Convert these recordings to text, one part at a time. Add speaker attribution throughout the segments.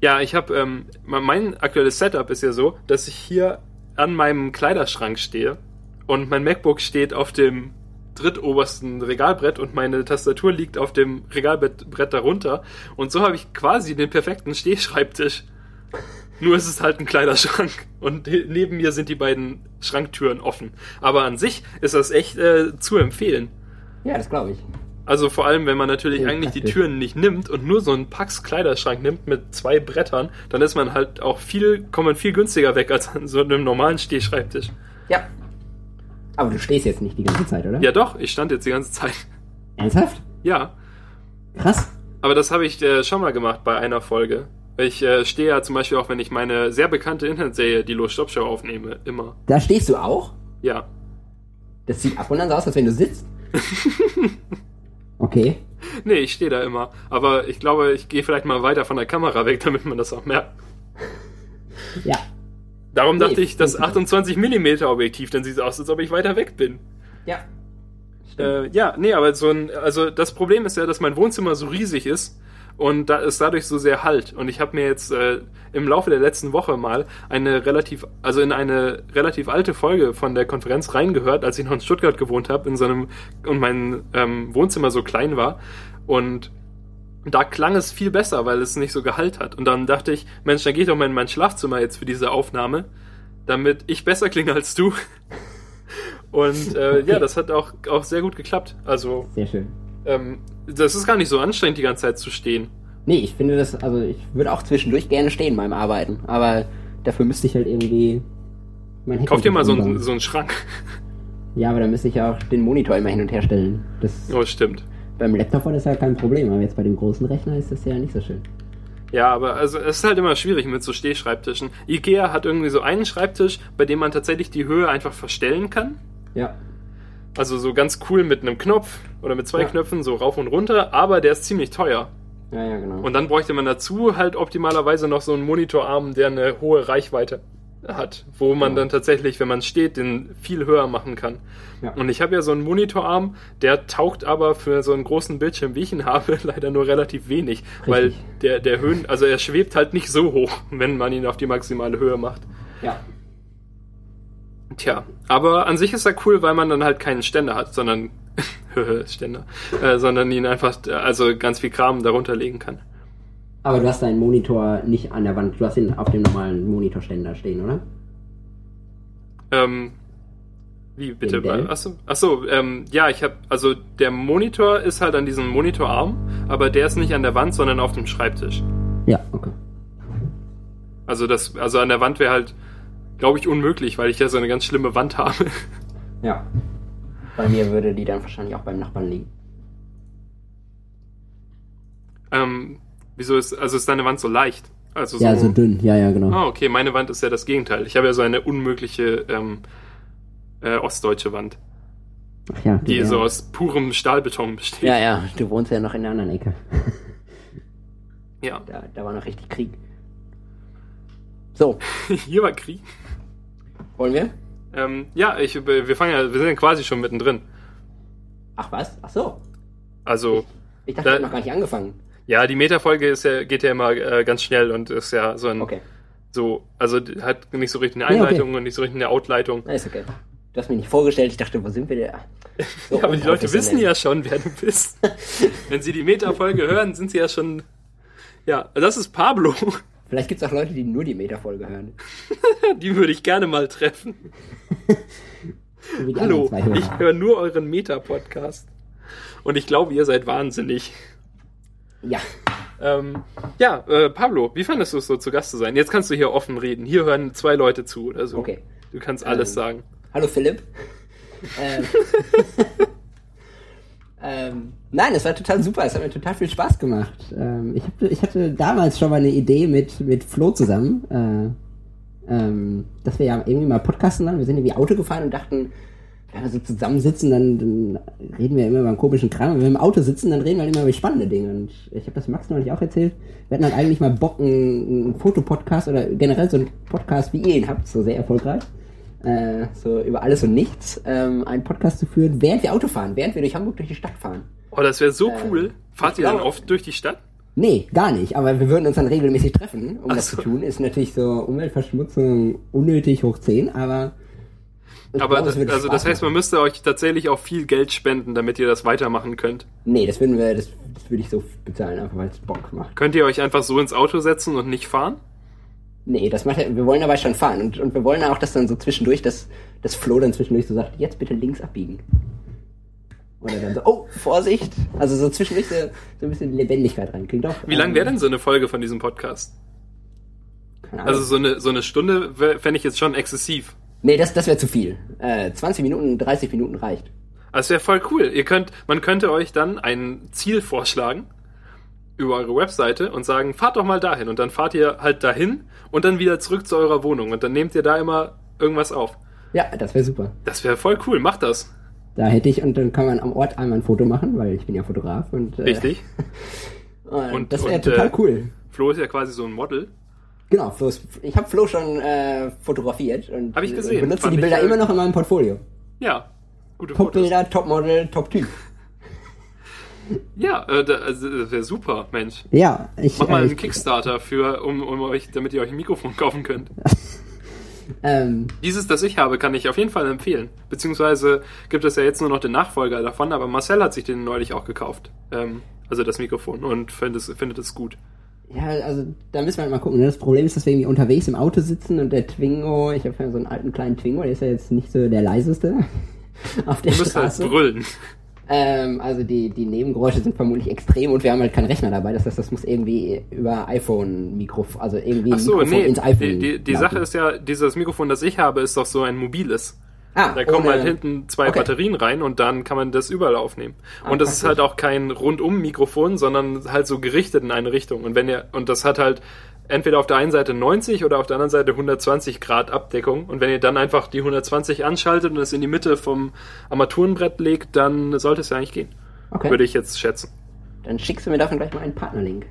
Speaker 1: Ja, ich habe ähm, mein aktuelles Setup ist ja so, dass ich hier an meinem Kleiderschrank stehe und mein MacBook steht auf dem drittobersten Regalbrett und meine Tastatur liegt auf dem Regalbrett darunter und so habe ich quasi den perfekten Stehschreibtisch. Nur ist es halt ein Kleiderschrank und neben mir sind die beiden Schranktüren offen. Aber an sich ist das echt äh, zu empfehlen.
Speaker 2: Ja, das glaube ich.
Speaker 1: Also vor allem, wenn man natürlich ja, eigentlich die Türen nicht nimmt und nur so einen Pax Kleiderschrank nimmt mit zwei Brettern, dann ist man halt auch viel, kommt man viel günstiger weg als an so einem normalen Stehschreibtisch.
Speaker 2: Ja. Aber du stehst jetzt nicht die ganze Zeit, oder?
Speaker 1: Ja doch, ich stand jetzt die ganze Zeit.
Speaker 2: Ernsthaft?
Speaker 1: Ja.
Speaker 2: Krass.
Speaker 1: Aber das habe ich äh, schon mal gemacht bei einer Folge. Ich äh, stehe ja zum Beispiel auch, wenn ich meine sehr bekannte Internetserie, die Los Stop Show aufnehme, immer.
Speaker 2: Da stehst du auch?
Speaker 1: Ja.
Speaker 2: Das sieht ab und an so aus, als wenn du sitzt. Okay.
Speaker 1: Nee, ich stehe da immer. Aber ich glaube, ich gehe vielleicht mal weiter von der Kamera weg, damit man das auch merkt.
Speaker 2: Ja.
Speaker 1: Darum nee, dachte ich, das 28mm Objektiv, dann sieht es aus, als ob ich weiter weg bin.
Speaker 2: Ja.
Speaker 1: Äh, ja, nee, aber so ein. Also das Problem ist ja, dass mein Wohnzimmer so riesig ist und da ist dadurch so sehr halt. Und ich habe mir jetzt äh, im Laufe der letzten Woche mal eine relativ, also in eine relativ alte Folge von der Konferenz reingehört, als ich noch in Stuttgart gewohnt habe, in so einem und mein ähm, Wohnzimmer so klein war. Und da klang es viel besser, weil es nicht so Gehalt hat. Und dann dachte ich, Mensch, dann gehe ich doch mal in mein Schlafzimmer jetzt für diese Aufnahme, damit ich besser klinge als du. Und äh, ja, das hat auch, auch sehr gut geklappt. Also
Speaker 2: sehr schön.
Speaker 1: Ähm, das ist gar nicht so anstrengend, die ganze Zeit zu stehen.
Speaker 2: Nee, ich finde das, also ich würde auch zwischendurch gerne stehen beim Arbeiten, aber dafür müsste ich halt irgendwie.
Speaker 1: Mein Kauf dir mal so einen, so einen Schrank.
Speaker 2: Ja, aber dann müsste ich auch den Monitor immer hin und her stellen. Das
Speaker 1: oh, stimmt.
Speaker 2: Beim Laptop war das ja halt kein Problem, aber jetzt bei dem großen Rechner ist das ja nicht so schön.
Speaker 1: Ja, aber also es ist halt immer schwierig mit so Stehschreibtischen. Ikea hat irgendwie so einen Schreibtisch, bei dem man tatsächlich die Höhe einfach verstellen kann.
Speaker 2: Ja.
Speaker 1: Also so ganz cool mit einem Knopf oder mit zwei ja. Knöpfen so rauf und runter, aber der ist ziemlich teuer.
Speaker 2: Ja, ja, genau.
Speaker 1: Und dann bräuchte man dazu halt optimalerweise noch so einen Monitorarm, der eine hohe Reichweite hat, wo man ja. dann tatsächlich, wenn man steht, den viel höher machen kann. Ja. Und ich habe ja so einen Monitorarm, der taugt aber für so einen großen Bildschirm, wie ich ihn habe, leider nur relativ wenig, Richtig. weil der, der Höhen, also er schwebt halt nicht so hoch, wenn man ihn auf die maximale Höhe macht.
Speaker 2: Ja.
Speaker 1: Tja, aber an sich ist er cool, weil man dann halt keinen Ständer hat, sondern Ständer, äh, sondern ihn einfach also ganz viel Kram darunter legen kann.
Speaker 2: Aber du hast deinen Monitor nicht an der Wand, du hast ihn auf dem normalen Monitorständer stehen, oder?
Speaker 1: Ähm, wie bitte? Achso, achso ähm, ja, ich habe, also der Monitor ist halt an diesem Monitorarm, aber der ist nicht an der Wand, sondern auf dem Schreibtisch.
Speaker 2: Ja, okay.
Speaker 1: Also das, also an der Wand wäre halt, glaube ich, unmöglich, weil ich ja so eine ganz schlimme Wand habe.
Speaker 2: Ja. Bei mir würde die dann wahrscheinlich auch beim Nachbarn liegen.
Speaker 1: Ähm, wieso ist, also ist deine Wand so leicht? Also so,
Speaker 2: ja, so dünn, ja, ja, genau.
Speaker 1: Ah, oh, okay, meine Wand ist ja das Gegenteil. Ich habe ja so eine unmögliche ähm, äh, ostdeutsche Wand.
Speaker 2: Ach ja.
Speaker 1: Die ja. so aus purem Stahlbeton besteht.
Speaker 2: Ja, ja, du wohnst ja noch in der anderen Ecke.
Speaker 1: ja.
Speaker 2: Da, da war noch richtig Krieg. So.
Speaker 1: Hier war Krieg.
Speaker 2: Wollen wir?
Speaker 1: Ähm, ja, ich, wir fangen ja, wir sind ja quasi schon mittendrin.
Speaker 2: Ach was? Ach so.
Speaker 1: Also.
Speaker 2: Ich, ich dachte, da, ich noch gar nicht angefangen.
Speaker 1: Ja, die Metafolge ist ja, geht ja immer äh, ganz schnell und ist ja so ein.
Speaker 2: Okay.
Speaker 1: So, also hat nicht so richtig eine Einleitung nee, okay. und nicht so richtig eine Outleitung.
Speaker 2: Ist okay. Du hast mich nicht vorgestellt, ich dachte, wo sind wir denn?
Speaker 1: So, ja, aber die Leute wissen ja schon, wer du bist. Wenn sie die Metafolge hören, sind sie ja schon. Ja, das ist Pablo.
Speaker 2: Vielleicht gibt es auch Leute, die nur die Metafolge hören.
Speaker 1: die würde ich gerne mal treffen. Hallo, ich höre nur euren Meta-Podcast. Und ich glaube, ihr seid wahnsinnig.
Speaker 2: Ja.
Speaker 1: Ähm, ja, äh, Pablo, wie fandest du es so, zu Gast zu sein? Jetzt kannst du hier offen reden. Hier hören zwei Leute zu oder so.
Speaker 2: Okay.
Speaker 1: Du kannst alles ähm, sagen.
Speaker 2: Hallo, Philipp. ähm, ähm, nein, es war total super. Es hat mir total viel Spaß gemacht. Ähm, ich, hab, ich, hatte damals schon mal eine Idee mit, mit Flo zusammen, äh, ähm, dass wir ja irgendwie mal podcasten dann. Wir sind irgendwie Auto gefahren und dachten, wenn wir so zusammensitzen, dann, dann reden wir immer über einen komischen Kram. Wenn wir im Auto sitzen, dann reden wir halt immer über spannende Dinge. Und ich habe das Max neulich auch erzählt. Wir hatten halt eigentlich mal Bock, einen, einen Fotopodcast oder generell so einen Podcast, wie ihr ihn habt, so sehr erfolgreich. Äh, so über alles und nichts, ähm, einen Podcast zu führen, während wir Auto fahren, während wir durch Hamburg durch die Stadt fahren.
Speaker 1: Oh, das wäre so äh, cool. Fahrt ihr dann oft durch die Stadt?
Speaker 2: Nee, gar nicht. Aber wir würden uns dann regelmäßig treffen, um
Speaker 1: Ach
Speaker 2: das
Speaker 1: so.
Speaker 2: zu tun. Ist natürlich so Umweltverschmutzung unnötig hoch 10, aber. ich
Speaker 1: Aber
Speaker 2: glaube, es
Speaker 1: das,
Speaker 2: würde
Speaker 1: also das
Speaker 2: Spaß
Speaker 1: heißt, man müsste euch tatsächlich auch viel Geld spenden, damit ihr das weitermachen könnt.
Speaker 2: machen. Nee, das würden wir, das, das würde ich so bezahlen, einfach weil es Bock macht.
Speaker 1: Könnt ihr euch einfach so ins Auto setzen und nicht fahren?
Speaker 2: Nee, das macht er, wir wollen dabei schon fahren und, und wir wollen auch, dass dann so zwischendurch, dass, dass Flo dann zwischendurch so sagt, jetzt bitte links abbiegen. Oder dann so, oh, Vorsicht! Also so zwischendurch so, so ein bisschen Lebendigkeit rein. Klingt doch. ähm,
Speaker 1: Wie lang wäre denn so eine Folge von diesem Podcast?
Speaker 2: Keine Ahnung.
Speaker 1: Also so eine, so eine Stunde fände ich jetzt schon exzessiv.
Speaker 2: nee, das, das wäre zu viel. Äh, 20 Minuten, 30 Minuten reicht.
Speaker 1: Also wäre voll cool. Ihr könnt, man könnte euch dann ein Ziel vorschlagen über eure Webseite und sagen, fahrt doch mal dahin. Und dann fahrt ihr halt dahin und dann wieder zurück zu eurer Wohnung. Und dann nehmt ihr da immer irgendwas auf.
Speaker 2: Ja, das wäre super.
Speaker 1: Das wäre voll cool. Macht das.
Speaker 2: Da hätte ich, und dann kann man am Ort einmal ein Foto machen, weil ich bin ja Fotograf und äh,
Speaker 1: Richtig.
Speaker 2: Und,
Speaker 1: Und-
Speaker 2: das wäre
Speaker 1: und,
Speaker 2: total
Speaker 1: äh,
Speaker 2: cool.
Speaker 1: Flo ist ja quasi so ein Model.
Speaker 2: Genau, Flo ist, ich habe Flo schon äh, fotografiert und
Speaker 1: Hab ich
Speaker 2: äh,
Speaker 1: gesehen.
Speaker 2: benutze
Speaker 1: Fand
Speaker 2: die
Speaker 1: ich,
Speaker 2: Bilder
Speaker 1: äh,
Speaker 2: immer noch in meinem Portfolio.
Speaker 1: Ja. Gute Fotos.
Speaker 2: Top-Bilder, Top-Model, Top-Typ.
Speaker 1: Ja, äh, da- also, das wäre super, Mensch.
Speaker 2: Ja, ich,
Speaker 1: Mach
Speaker 2: äh,
Speaker 1: mal einen
Speaker 2: ich
Speaker 1: Kickstarter für, um, um euch, damit ihr euch ein Mikrofon kaufen könnt.
Speaker 2: ähm,
Speaker 1: Dieses, das ich habe, kann ich auf jeden Fall empfehlen. Beziehungsweise gibt es ja jetzt nur noch den Nachfolger davon, aber Marcel hat sich den neulich auch gekauft. Ähm, also das Mikrofon und findet es, findet es gut.
Speaker 2: ja, also da müssen wir halt mal gucken. ne? Das Problem ist, dass wir irgendwie unterwegs im Auto sitzen und der Twingo, ich habe ja so einen alten kleinen Twingo, der ist ja jetzt nicht so der leiseste auf der
Speaker 1: Du müsst halt
Speaker 2: Straße.
Speaker 1: brüllen.
Speaker 2: Ähm, also die, die Nebengeräusche sind vermutlich extrem und wir haben halt keinen Rechner dabei. Das heißt, das muss irgendwie über iPhone-Mikrofon, also irgendwie
Speaker 1: Ach so,
Speaker 2: Mikrofon
Speaker 1: nee.
Speaker 2: ins iPhone.
Speaker 1: Die, die, die
Speaker 2: laufen.
Speaker 1: Sache ist ja, dieses Mikrofon, das ich habe, ist doch so ein mobiles.
Speaker 2: ah,
Speaker 1: Da kommen
Speaker 2: ohne-
Speaker 1: halt hinten zwei
Speaker 2: okay.
Speaker 1: Batterien rein und dann kann man das überall aufnehmen. und das ist halt
Speaker 2: praktisch.
Speaker 1: auch kein Rundum-Mikrofon, sondern halt so gerichtet in eine Richtung. Und wenn ihr, und das hat halt entweder auf der einen Seite 90 oder auf der anderen Seite 120 Grad Abdeckung. Und wenn ihr dann einfach die 120 anschaltet und es in die Mitte vom Armaturenbrett legt, dann sollte es ja eigentlich gehen.
Speaker 2: Okay.
Speaker 1: Würde ich jetzt schätzen.
Speaker 2: Dann schickst du mir davon gleich mal einen Partnerlink.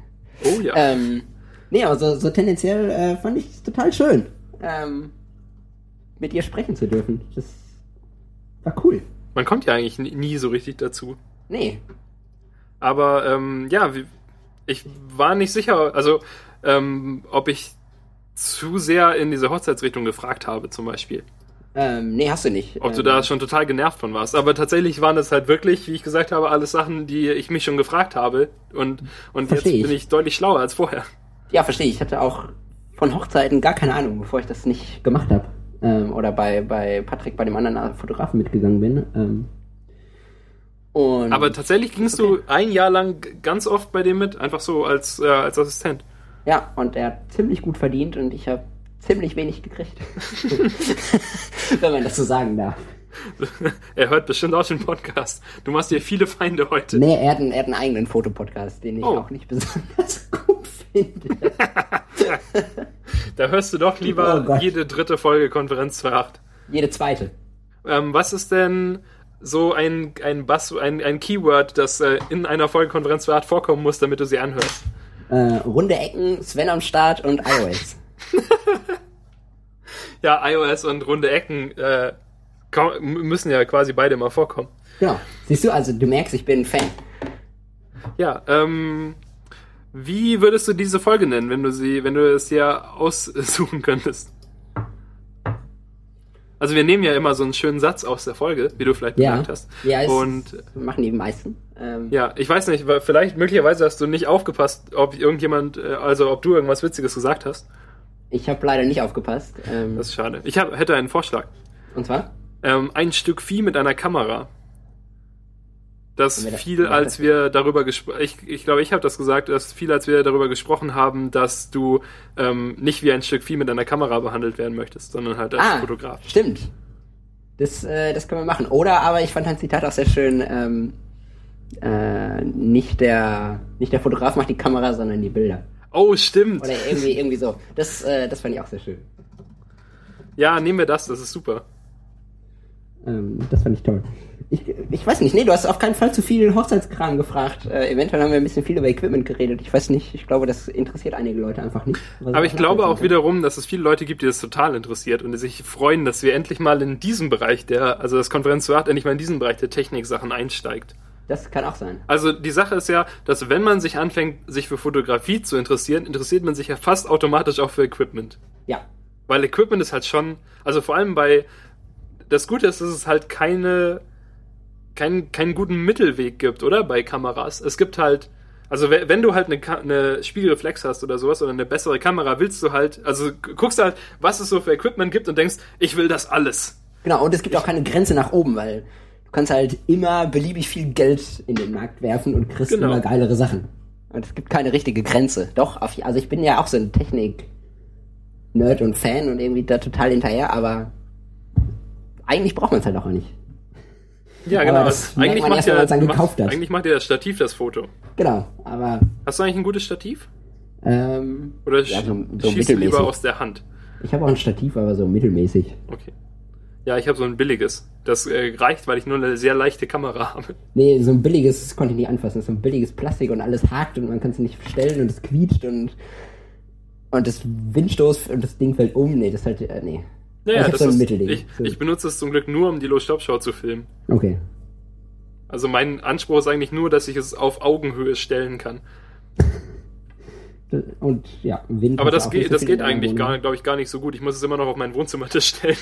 Speaker 1: Oh ja.
Speaker 2: Ähm, nee, aber so, so tendenziell äh, fand ich es total schön, ähm, mit ihr sprechen zu dürfen. Das war cool.
Speaker 1: Man kommt ja eigentlich nie- nie so richtig dazu.
Speaker 2: Nee,
Speaker 1: Aber ähm, ja, wie- ich war nicht sicher, also ähm, ob ich zu sehr in diese Hochzeitsrichtung gefragt habe, zum Beispiel.
Speaker 2: ähm, nee, hast du nicht.
Speaker 1: Ob
Speaker 2: ähm,
Speaker 1: du da schon total genervt von warst. Aber tatsächlich waren das halt wirklich, wie ich gesagt habe, alles Sachen, die ich mich schon gefragt habe. Und, und jetzt
Speaker 2: Versteh ich.
Speaker 1: bin ich deutlich schlauer als vorher.
Speaker 2: Ja, verstehe. Ich hatte auch von Hochzeiten gar keine Ahnung, bevor ich das nicht gemacht habe. Ähm, oder bei, bei Patrick, bei dem anderen Fotografen mitgegangen bin. Ähm, und
Speaker 1: Aber tatsächlich gingst du ein Jahr lang g- ganz oft bei dem mit, einfach so als, äh, als Assistent.
Speaker 2: ja, und er hat ziemlich gut verdient und ich habe ziemlich wenig gekriegt. Wenn man das so sagen darf.
Speaker 1: er hört bestimmt auch den Podcast. Du machst dir viele Feinde heute.
Speaker 2: Nee, er hat einen, er hat einen eigenen Fotopodcast, den ich
Speaker 1: Oh.
Speaker 2: auch nicht besonders gut finde.
Speaker 1: Da hörst du doch
Speaker 2: Oh
Speaker 1: lieber
Speaker 2: Gott.
Speaker 1: jede dritte Folge Konferenz 2.8.
Speaker 2: Jede zweite.
Speaker 1: Ähm, was ist denn so ein, ein, Bass, ein, ein Keyword, das äh, in einer Folgekonferenz für Art vorkommen muss, damit du sie anhörst?
Speaker 2: Äh, runde Ecken, Sven am Start und iOS.
Speaker 1: Ja, iOS und runde Ecken äh, ko- m- müssen ja quasi beide mal vorkommen.
Speaker 2: Genau. Siehst du, also du merkst, ich bin ein Fan.
Speaker 1: Ja, ähm, wie würdest du diese Folge nennen, wenn du sie, wenn du es dir aussuchen könntest? Also wir nehmen ja immer so einen schönen Satz aus der Folge, wie du vielleicht
Speaker 2: Ja.
Speaker 1: bemerkt hast.
Speaker 2: Ja, es äh,
Speaker 1: und
Speaker 2: machen die meisten. Ähm,
Speaker 1: Ja, ich weiß nicht, weil vielleicht möglicherweise hast du nicht aufgepasst, ob irgendjemand, äh, also ob du irgendwas Witziges gesagt hast.
Speaker 2: Ich habe leider nicht aufgepasst. Ähm,
Speaker 1: Das ist schade. Ich hab, hätte einen Vorschlag.
Speaker 2: und zwar?
Speaker 1: Ähm, ein Stück Vieh mit einer Kamera. Das
Speaker 2: Haben wir das
Speaker 1: viel,
Speaker 2: gemacht?
Speaker 1: als wir darüber gesprochen, ich, ich glaube, ich habe das gesagt, dass viel, als wir darüber gesprochen haben, dass du ähm, nicht wie ein Stück Vieh mit einer Kamera behandelt werden möchtest, sondern halt als
Speaker 2: Ah.
Speaker 1: Fotograf.
Speaker 2: stimmt. Das, äh, das können wir machen. Oder aber ich fand dein Zitat auch sehr schön. Ähm, äh, nicht, der, nicht der Fotograf macht die Kamera, sondern die Bilder.
Speaker 1: Oh, stimmt.
Speaker 2: Oder irgendwie, irgendwie so. Das, äh, das fand ich auch sehr schön.
Speaker 1: Ja, nehmen wir das, das ist super.
Speaker 2: Ähm, das fand ich toll. Ich, ich weiß nicht, nee, du hast auf keinen Fall zu viel Hochzeitskram gefragt. Äh, eventuell haben wir ein bisschen viel über Equipment geredet. Ich weiß nicht, ich glaube, das interessiert einige Leute einfach nicht. was
Speaker 1: Aber ich glaube auch
Speaker 2: nachvollziehen
Speaker 1: wiederum, dass es viele Leute gibt, die das total interessiert und die sich freuen, dass wir endlich mal in diesem Bereich der, also das Konferenz zu Art endlich mal in diesem Bereich der Technik-Sachen einsteigt.
Speaker 2: Das kann auch sein.
Speaker 1: Also die Sache ist ja, dass wenn man sich anfängt, sich für Fotografie zu interessieren, interessiert man sich ja fast automatisch auch für Equipment.
Speaker 2: Ja.
Speaker 1: Weil Equipment ist halt schon, also vor allem bei, das Gute ist, dass es halt keine, keinen, keinen guten Mittelweg gibt, oder? Bei Kameras. Es gibt halt, also we- wenn du halt eine, Ka- eine Spiegelreflex hast oder sowas oder eine bessere Kamera, willst du halt, also gu- guckst halt, was es so für Equipment gibt und denkst, ich will das alles.
Speaker 2: Genau, und es gibt auch keine Grenze nach oben, weil du kannst halt immer beliebig viel Geld in den Markt werfen und kriegst
Speaker 1: Genau.
Speaker 2: immer geilere Sachen. Und es gibt keine richtige Grenze. Doch, auf, also ich bin ja auch so ein Technik-Nerd und Fan und irgendwie da total hinterher, aber eigentlich braucht man es halt auch nicht.
Speaker 1: Ja,
Speaker 2: Aber
Speaker 1: genau.
Speaker 2: das merkt
Speaker 1: eigentlich,
Speaker 2: man
Speaker 1: macht
Speaker 2: erst, wenn
Speaker 1: ja,
Speaker 2: man's dann gekauft hat.
Speaker 1: eigentlich macht ja das Stativ das Foto.
Speaker 2: Genau, aber
Speaker 1: Hast du eigentlich ein gutes Stativ?
Speaker 2: ähm,
Speaker 1: Oder
Speaker 2: Ja,
Speaker 1: sch-
Speaker 2: so- so
Speaker 1: schießt du lieber
Speaker 2: mittelmäßig.
Speaker 1: aus der Hand?
Speaker 2: ich habe auch ein Stativ, aber so mittelmäßig.
Speaker 1: Okay. Ja, ich habe so ein billiges. Das äh, reicht, weil ich nur eine sehr leichte Kamera habe.
Speaker 2: Nee, so ein billiges, das konnte ich nicht anfassen. Das ist so ein billiges Plastik und alles hakt und man kann es nicht stellen und es quietscht und und das Windstoß und das Ding fällt um. Nee, das halt, äh, nee. ich hab so ein Mittelding.
Speaker 1: ich,
Speaker 2: so.
Speaker 1: ich benutze es zum Glück nur, um die Low-Stop-Show zu filmen.
Speaker 2: okay.
Speaker 1: Also mein Anspruch ist eigentlich nur, dass ich es auf Augenhöhe stellen kann.
Speaker 2: Und ja, Wind.
Speaker 1: Aber
Speaker 2: hat
Speaker 1: das,
Speaker 2: auch
Speaker 1: geht,
Speaker 2: nicht so
Speaker 1: das
Speaker 2: viel
Speaker 1: geht
Speaker 2: in der
Speaker 1: eigentlich,
Speaker 2: Wohnung.
Speaker 1: glaube ich, gar nicht so gut. Ich muss es immer noch auf meinen Wohnzimmertisch stellen.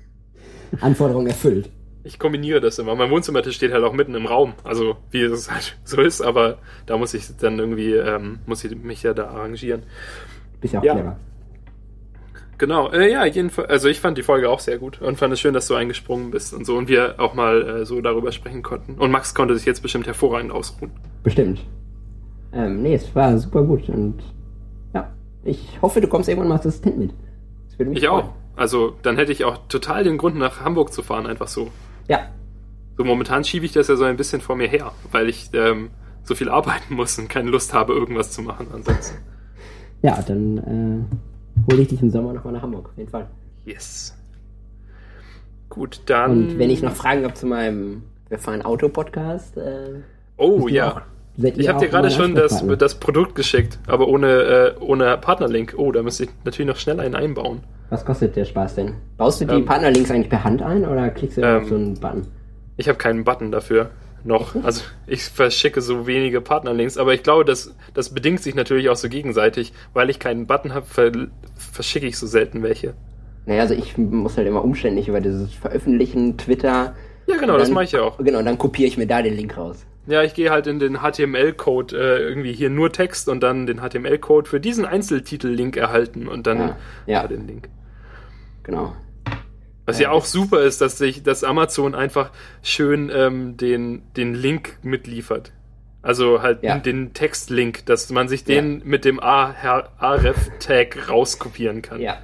Speaker 2: Anforderung erfüllt.
Speaker 1: Ich kombiniere das immer. Mein Wohnzimmertisch steht halt auch mitten im Raum. Also wie es halt so ist, aber da muss ich dann irgendwie, ähm, muss ich mich ja da arrangieren.
Speaker 2: Bist ja auch
Speaker 1: Ja.
Speaker 2: clever.
Speaker 1: Genau, äh, ja, jedenfalls, also ich fand die Folge auch sehr gut und fand es schön, dass du eingesprungen bist und so und wir auch mal äh, so darüber sprechen konnten. Und Max konnte sich jetzt bestimmt hervorragend ausruhen.
Speaker 2: Bestimmt. Ähm, nee, es war super gut und ja, ich hoffe, du kommst irgendwann mal als Assistent mit. Das würde mich
Speaker 1: Ich
Speaker 2: freuen.
Speaker 1: auch. Also dann hätte ich auch total den Grund, nach Hamburg zu fahren, einfach so.
Speaker 2: Ja,
Speaker 1: So momentan schiebe ich das ja so ein bisschen vor mir her, weil ich ähm, so viel arbeiten muss und keine Lust habe, irgendwas zu machen ansonsten.
Speaker 2: ja, dann äh, hole ich dich im Sommer nochmal nach Hamburg, auf jeden Fall.
Speaker 1: Yes. Gut, dann.
Speaker 2: Und wenn
Speaker 1: Mm.
Speaker 2: ich noch Fragen habe zu meinem Wir fahren Auto-Podcast, äh,
Speaker 1: Oh
Speaker 2: bist du
Speaker 1: ja.
Speaker 2: auch- seid
Speaker 1: Ich
Speaker 2: ihr
Speaker 1: habe dir
Speaker 2: auch
Speaker 1: gerade
Speaker 2: mein
Speaker 1: schon das,
Speaker 2: Ansprechpartner?
Speaker 1: das Produkt geschickt, aber ohne, äh, ohne Partnerlink. Oh, da müsste ich natürlich noch schnell einen einbauen.
Speaker 2: Was kostet der Spaß denn? Baust du die
Speaker 1: Ähm,
Speaker 2: Partnerlinks eigentlich per Hand ein oder klickst du
Speaker 1: ähm,
Speaker 2: auf so einen Button?
Speaker 1: Ich habe keinen Button dafür noch.
Speaker 2: Oh.
Speaker 1: Also ich verschicke so wenige Partnerlinks, aber ich glaube, das, das bedingt sich natürlich auch so gegenseitig. Weil ich keinen Button habe, ver verschicke ich so selten welche.
Speaker 2: Naja, also ich muss halt immer umständlich über dieses Veröffentlichen, Twitter.
Speaker 1: Ja, genau,
Speaker 2: Und
Speaker 1: das
Speaker 2: dann-
Speaker 1: mache ich ja auch.
Speaker 2: Genau, und dann kopiere ich mir da den Link raus.
Speaker 1: Ja, ich gehe halt in den HTML-Code, äh, irgendwie hier nur Text und dann den HTML-Code für diesen Einzeltitel-Link erhalten und dann
Speaker 2: Ja, ja.
Speaker 1: da den Link.
Speaker 2: Genau.
Speaker 1: Was ja
Speaker 2: Ja,
Speaker 1: auch super ist, dass sich, dass Amazon einfach schön ähm, den, den Link mitliefert. Also halt
Speaker 2: Ja.
Speaker 1: den Textlink, dass man sich den mit dem A- Her- Aref-Tag rauskopieren kann.
Speaker 2: Ja.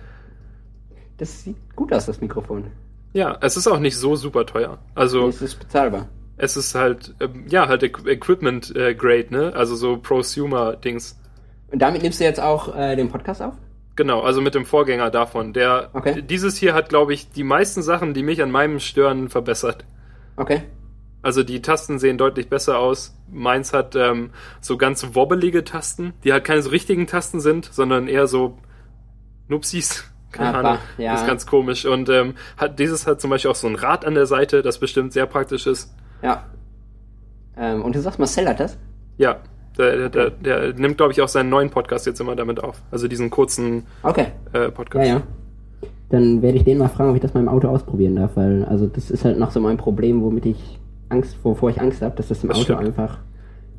Speaker 2: Das sieht gut aus, das Mikrofon.
Speaker 1: ja, es ist auch nicht so super teuer. Also
Speaker 2: Es ist bezahlbar.
Speaker 1: es ist halt, ähm, ja, halt Equ- Equipment-Grade, ne? Also so Prosumer-Dings.
Speaker 2: Und damit nimmst du jetzt auch äh, den Podcast auf?
Speaker 1: Genau, also mit dem Vorgänger davon. Der
Speaker 2: Okay.
Speaker 1: dieses hier hat, glaube ich, die meisten Sachen, die mich an meinem Stören verbessert.
Speaker 2: Okay.
Speaker 1: Also die Tasten sehen deutlich besser aus. Meins hat ähm, so ganz wobbelige Tasten, die halt keine so richtigen Tasten sind, sondern eher so Nupsis. Keine
Speaker 2: Ah,
Speaker 1: Ahnung.
Speaker 2: bah, ja.
Speaker 1: Ist ganz komisch. Und ähm, hat dieses hat zum Beispiel auch so ein Rad an der Seite, das bestimmt sehr praktisch ist.
Speaker 2: Ja. Ähm, und du sagst, Marcel hat das?
Speaker 1: Ja. Der, der, der, der nimmt, glaube ich, auch seinen neuen Podcast jetzt immer damit auf. Also diesen kurzen
Speaker 2: Okay.
Speaker 1: äh, Podcast.
Speaker 2: Ja, ja. Dann werde ich den mal fragen, ob ich das mal im Auto ausprobieren darf, weil also das ist halt noch so mein Problem, womit ich Angst, wovor ich Angst habe, dass das im
Speaker 1: Das
Speaker 2: Auto
Speaker 1: stimmt.
Speaker 2: einfach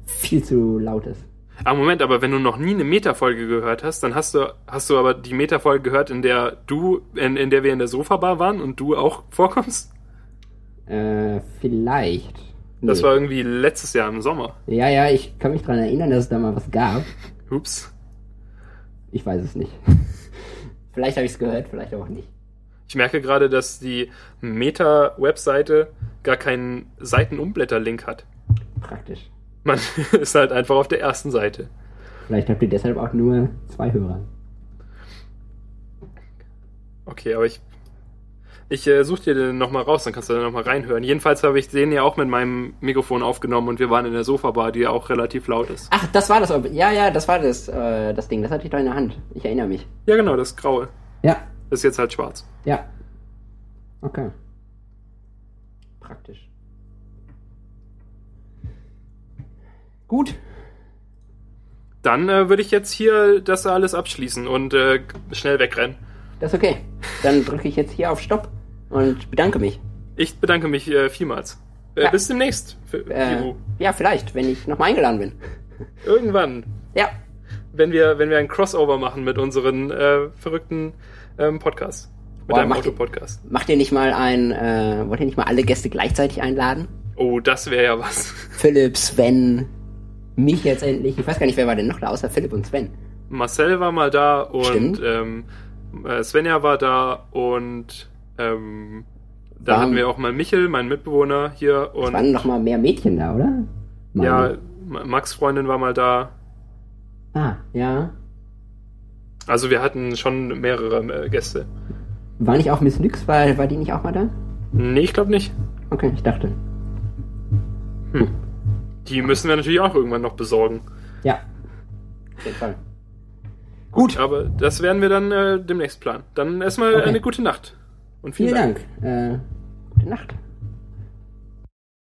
Speaker 2: viel zu laut ist.
Speaker 1: Ah, Moment, aber wenn du noch nie eine Metafolge gehört hast, dann hast du, hast du aber die Metafolge gehört, in der du, in, in der wir in der Sofabar waren und du auch vorkommst?
Speaker 2: Äh, vielleicht.
Speaker 1: Das
Speaker 2: Nee.
Speaker 1: war irgendwie letztes Jahr im Sommer.
Speaker 2: ja, ja, ich kann mich daran erinnern, dass es da mal was gab.
Speaker 1: Ups.
Speaker 2: Ich weiß es nicht. vielleicht habe ich es gehört, vielleicht auch nicht.
Speaker 1: Ich merke gerade, dass die Meta-Webseite gar keinen Seitenumblätter-Link hat.
Speaker 2: Praktisch.
Speaker 1: Man ist halt einfach auf der ersten Seite.
Speaker 2: Vielleicht habt ihr deshalb auch nur zwei Hörer.
Speaker 1: Okay, aber ich. Ich äh, such dir den nochmal raus, dann kannst du da nochmal reinhören. Jedenfalls habe ich den ja auch mit meinem Mikrofon aufgenommen und wir waren in der Sofabar, die ja auch relativ laut ist.
Speaker 2: Ach, das war das. Ob- Ja, ja, das war das, äh, das Ding. Das hatte ich doch in der Hand. Ich erinnere mich.
Speaker 1: Ja, genau, das Graue.
Speaker 2: Ja,
Speaker 1: Ist jetzt halt schwarz.
Speaker 2: Ja. Okay. Praktisch. Gut.
Speaker 1: Dann äh, würde ich jetzt hier das alles abschließen und äh, schnell wegrennen.
Speaker 2: Das ist okay. Dann drücke ich jetzt hier auf Stopp und bedanke mich.
Speaker 1: Ich bedanke mich äh, vielmals. Äh,
Speaker 2: Ja.
Speaker 1: Bis demnächst. F-
Speaker 2: Äh,
Speaker 1: Juhu.
Speaker 2: ja, vielleicht, wenn ich nochmal eingeladen bin.
Speaker 1: Irgendwann,
Speaker 2: Ja,
Speaker 1: wenn wir, wenn wir ein Crossover machen mit unseren äh, verrückten ähm, Podcast. Mit
Speaker 2: Boah,
Speaker 1: einem
Speaker 2: macht ihr-
Speaker 1: Autopodcast.
Speaker 2: macht ihr nicht mal ein, äh, wollt ihr nicht mal alle Gäste gleichzeitig einladen?
Speaker 1: Oh, das wäre ja was.
Speaker 2: Philipp, Sven, mich jetzt endlich. Ich weiß gar nicht, wer war denn noch da, außer Philipp und Sven.
Speaker 1: Marcel war mal da
Speaker 2: Stimmt.
Speaker 1: und ähm, äh, Svenja war da und ähm, da
Speaker 2: Waren-
Speaker 1: hatten wir auch mal Michel, meinen Mitbewohner hier
Speaker 2: Es waren
Speaker 1: und
Speaker 2: noch ne? mal mehr Mädchen da, oder? Mann.
Speaker 1: ja, Ma- Max Freundin war mal da.
Speaker 2: Ah, ja.
Speaker 1: Also wir hatten schon mehrere äh, Gäste.
Speaker 2: War nicht auch Miss Nix, war, war die nicht auch mal da?
Speaker 1: Nee, ich glaube nicht.
Speaker 2: Okay, ich dachte.
Speaker 1: Die müssen wir natürlich auch irgendwann noch besorgen.
Speaker 2: Ja. Auf jeden Fall. Gut,
Speaker 1: Aber das werden wir dann äh, demnächst planen. Dann erstmal
Speaker 2: Okay.
Speaker 1: eine gute Nacht. Und vielen,
Speaker 2: vielen
Speaker 1: Dank.
Speaker 2: Dank. Äh, gute Nacht.